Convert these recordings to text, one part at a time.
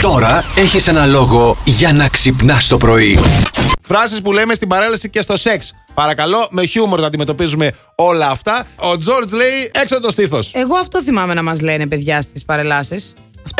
Τώρα έχεις ένα λόγο για να ξυπνάς το πρωί. Φράσεις που λέμε στην παρέλαση και στο σεξ. Παρακαλώ, με χιούμορ να αντιμετωπίζουμε όλα αυτά. Ο Τζόρτζ λέει έξω το στήθος. Εγώ αυτό θυμάμαι να μας λένε παιδιά στις παρελάσεις.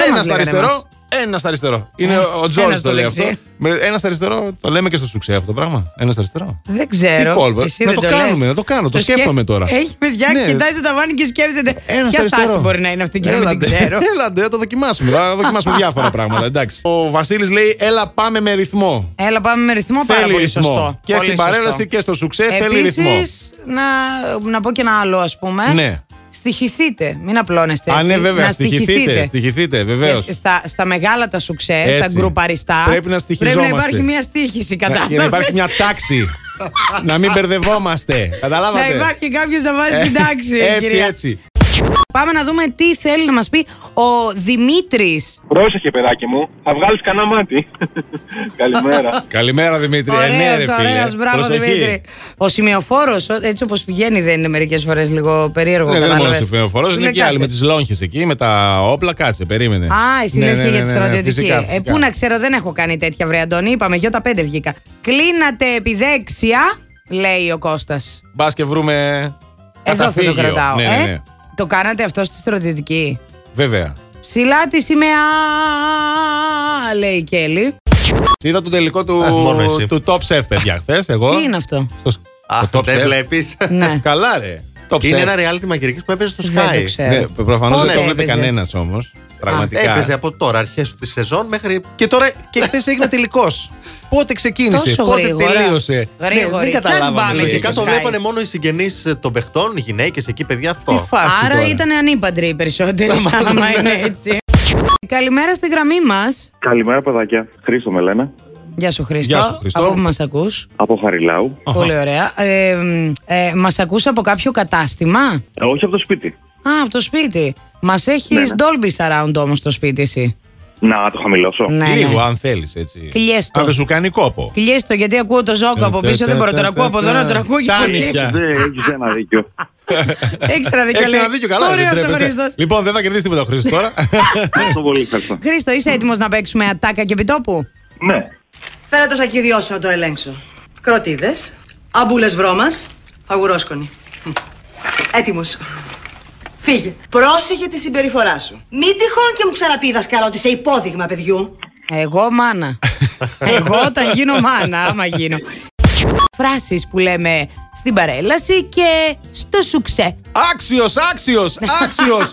Ένα στα Ε, αριστερό, ένα στα αριστερό. Είναι ο Τζόρτζ Ε, ένας το στο λέει δεξί. αυτό. Με- Ένα στα αριστερό, το λέμε και στο σουξέ αυτό το πράγμα. Ένα στα αριστερό. Δεν ξέρω. Τι κόλπα. Εσύ Να δεν το λες. κάνουμε, να το κάνω, το σκέ- σκέφτομαι τώρα. Έχει παιδιά, Ναι. κοιτάει το ταβάνι και σκέφτεται. Ένας Ποια στα στάση αριστερό. μπορεί να είναι αυτή και να μην την Έλατε, ξέρω. Έλατε, θα το δοκιμάσουμε. Θα δοκιμάσουμε διάφορα πράγματα. Εντάξει. Ο Βασίλης λέει: Έλα, πάμε με ρυθμό. Έλα, πάμε με ρυθμό πάρα Θέλει πολύ ρυθμό. σωστό. Και Πολύ στην σωστό. παρέλαση και στο σουξέ θέλει ρυθμό. Επίσης, να, να πω και ένα άλλο, ας πούμε. Ναι. Στοιχηθείτε. Μην απλώνεστε. Α, έτσι. ναι, βέβαια. Να Ε, Στοιχηθείτε. Στοιχηθείτε, βεβαίως. Και Στα, στα μεγάλα τα σουξέ, Έτσι. τα γκρουπαριστά. Πρέπει να στοιχιζόμαστε. Πρέπει να υπάρχει μια στίχηση κατά. Για να υπάρχει μια τάξη. να μην μπερδευόμαστε. Καταλάβατε. Να υπάρχει κάποιος να βάζει την τάξη. Ε, Έτσι, κυρία. έτσι. Πάμε να δούμε τι θέλει να μας πει ο Δημήτρης. Πρόσεχε, παιδάκι μου, θα βγάλεις κανένα μάτι. Καλημέρα. Καλημέρα Δημήτρη. Ε, ναι, ρε, Ωραίο, φίλε. ωραίος. Μπράβο, Προσοχή. Δημήτρη. Ο σημειοφόρος, έτσι όπως πηγαίνει, δεν είναι μερικές φορές λίγο περίεργο. Ναι, δεν είναι μόνο κατάλαβες. ο Φεοφορό, Σου είναι λέει, και άλλοι με κάτσε. τις λόγχες εκεί, με τα όπλα, κάτσε, περίμενε. Α, εσύ Ναι, λες ναι, και ναι, για τη ναι, ναι, στρατιωτική. φυσικά, ε, φυσικά. πού να ξέρω, δεν έχω κάνει τέτοια βρε Αντώνη. Είπαμε, γιο τα πέντε βγήκα. Κλείνατε επί δέξια, λέει ο Κώστας. Μπας και βρούμε. Εδώ θα το καταφύγιο. κρατάω. Ναι, ε. ναι, ναι. Το κάνατε αυτό στη στρατιωτική. Βέβαια. Ψηλά τη σημαία, λέει η Κέλλη. Είδα το τελικό του, Ε, μόνο εσύ. του Top Chef, παιδιά. Χθες, εγώ. Τι είναι αυτό. Το- Α, το Top δεν Chef. βλέπεις. ναι. Καλά, ρε. Top Είναι Chef. ένα reality μαγειρικής που έπαιζε στο Δεν το Sky. ξέρω. Ναι, προφανώς δεν Πότε το βλέπει έπαιζε? κανένας όμως. Πραγματικά. Έπαιζε από τώρα, αρχές της σεζόν μέχρι. Και τώρα και χθες έγινε τελικός. Πότε ξεκίνησε, Τόσο πότε γρήγορα. τελείωσε. Ναι, Γρήγορη. δεν Τσακ καταλάβαμε. μπάμε τι Λογικά έγινε. το Sky. βλέπανε μόνο οι συγγενείς των παιχτών, οι γυναίκες εκεί, παιδιά Τι αυτό. φάση Άρα τώρα. ναι. ήταν ανήπαντροι οι περισσότεροι. Άμα είναι έτσι. Καλημέρα στη γραμμή μας. Καλημέρα, παιδάκια. Χρήστο με λένε. Γεια σου Χρήστο. Γεια σου, Χρήστο. Από που μας ακούς. Από Χαριλάου. Αχα. Πολύ ωραία. Ε, ε, μας ακούς από κάποιο κατάστημα. Ε, όχι από το σπίτι. Α, από το σπίτι. Μας έχεις Ναι, ναι. Dolby Surround όμως το σπίτι εσύ. Να το χαμηλώσω. Ναι, Λίγο, ναι. αν θέλεις έτσι. Κλειές το. Αν δεν σου κάνει κόπο. Κλειές το γιατί ακούω το Ε, ζόκο από πίσω. Δεν μπορώ να ακούω από εδώ να τον ακούω. και Φτάνει πολύ. πια. Δεν έχεις ένα δίκιο. Έχεις ένα δίκιο. Έχεις λέει. ένα δίκιο, καλά. δεν Ωραίος ο τρέπεσαι. Χρήστος. Λοιπόν, δεν θα κερδίσει τίποτα ο Χρήστος τώρα. Ευχαριστώ πολύ, ευχαριστώ. Χρήστο, είσαι έτοιμος να παίξουμε ατάκα και επιτόπου. Ναι. Φέρε το σακίδιό σου να το ελέγξω. Κροτίδες, αμπούλες βρώμας, αγουρόσκονη. Έτοιμος. Φύγε. Πρόσεχε τη συμπεριφορά σου. Μην τυχόν και μου ξαναπεί δασκάλα ότι σε υπόδειγμα παιδιού. Εγώ μάνα. Εγώ όταν γίνω μάνα, άμα γίνω. Φράσεις που λέμε στην παρέλαση και στο σουξέ. Άξιος, άξιος, άξιος.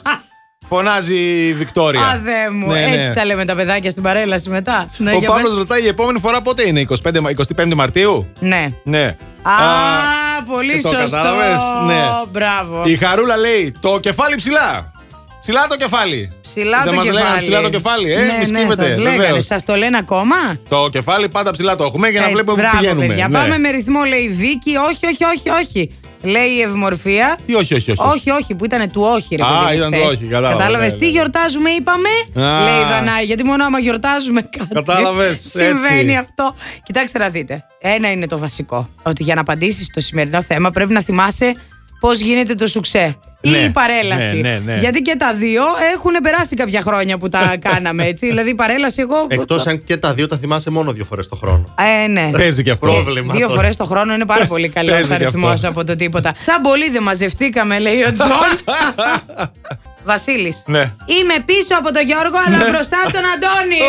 Φωνάζει η Βικτόρια. Αδέ μου, Ναι, ναι. έτσι τα λέμε τα παιδάκια στην παρέλαση μετά. Ναι, Ο για Παύλος πες. ρωτάει η επόμενη φορά πότε είναι, 25, Μα- 25 Μαρτίου. Ναι. Ναι. Α, Α, ε, πολύ το σωστό. κατάλαβες, ναι. Μπράβο. Η Χαρούλα λέει το κεφάλι ψηλά. Ψηλά το κεφάλι. Ψηλά Δεν το μας κεφάλι. λέγανε ψηλά το κεφάλι, ε, μη ναι, ναι, σκύβεται, σας λέγανε. βεβαίως. Σας το λένε ακόμα. Το κεφάλι πάντα ψηλά το έχουμε για να Έτσι, βλέπουμε που μπράβο, πηγαίνουμε. παιδιά. Ναι. Πάμε με ρυθμό, λέει η Βίκη. Όχι, όχι, όχι, όχι. Λέει η Ευμορφία. Τι όχι, όχι, όχι. Όχι, όχι, που ήταν του όχι, ρε Α, παιδί μου, ήταν χθες. του όχι, κατάλαβα, Κατάλαβες ναι, τι ναι. γιορτάζουμε, είπαμε. Α. λέει η Δανάη, γιατί μόνο άμα γιορτάζουμε κάτι. Κατάλαβες, Συμβαίνει έτσι. αυτό. Κοιτάξτε να δείτε. Ένα είναι το βασικό. Ότι για να απαντήσεις στο σημερινό θέμα πρέπει να θυμάσαι πώς γίνεται το σουξέ. Ή Ναι, η παρέλαση. ναι, ναι, ναι. Γιατί και τα δύο έχουν περάσει κάποια χρόνια που τα κάναμε έτσι. δηλαδή η παρέλαση, εγώ. Εκτός αν και τα δύο τα θυμάσαι μόνο δύο φορές το χρόνο. Ε, ναι. Παίζει και αυτό. Πρόβλημα. Δύο τώρα. φορές το χρόνο είναι πάρα πολύ καλός Παίζει ο και αριθμός αυτό. από το τίποτα. Σαν πολύ δεν μαζευτήκαμε, λέει ο Τζον. Βασίλης. Ναι. Είμαι πίσω από τον Γιώργο, αλλά μπροστά από τον Αντώνη.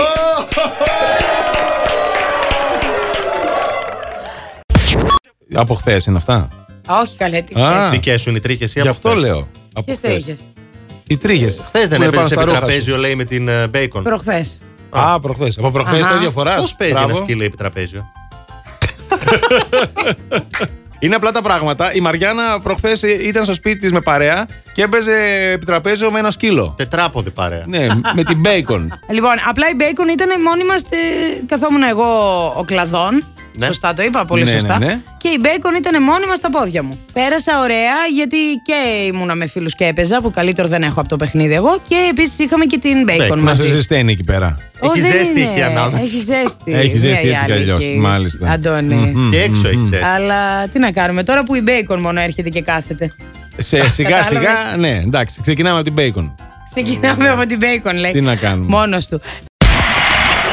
Από χθες είναι αυτά. Α, όχι καλέ, τι Α, χθες. Δικέ σου είναι οι τρίχες ή Γι' από αυτό χθες. λέω. Από Ποιες χθες. τρίχες. Οι τρίχες. Χθες δεν έπαιζε επί τραπέζιο, λέει, με την ε, Bacon. Προχθές. Α, προχθές. Από προχθές Αχα. τα διαφορά. Πώς παίζει ένα σκύλο επί Ναι. τραπέζιο. Είναι απλά τα πράγματα. Η Μαριάννα προχθές ήταν στο σπίτι της με παρέα και έπαιζε επί τραπέζιο με ένα σκύλο. Τετράποδη παρέα. ναι, με την bacon. Λοιπόν, απλά η Μπέικον ήταν μόνη μας. Καθόμουν εγώ ο κλαδόν. Ναι. Σωστά το είπα, πολύ Ναι, ναι, σωστά. ναι. Και η Μπέικον ήταν μόνη μα στα πόδια μου. Πέρασα ωραία, γιατί και ήμουνα με φίλους και έπαιζα, που καλύτερο δεν έχω από το παιχνίδι εγώ. Και επίσης είχαμε και την Μπέικον Bacon, Να σε μαζί. ζεσταίνει εκεί πέρα. Ω, Έχει δεν ζέστη είναι. εκεί ανάμεσα. Έχει ζέστη. Έχει ζέστη Μια η έτσι κι άλλη αλλιώς, εκεί. μάλιστα. Αντώνη. Μμμ. Και έξω Mm-hmm. έχει ζέστη. Αλλά τι να κάνουμε τώρα που η Μπέικον μόνο έρχεται και κάθεται. Σε σιγά σιγά, Κατάλαβες. ναι, εντάξει, ξεκινάμε από την bacon. Ξεκινάμε από την Μπέικον, λέει. Τι να κάνουμε. Μόνος του.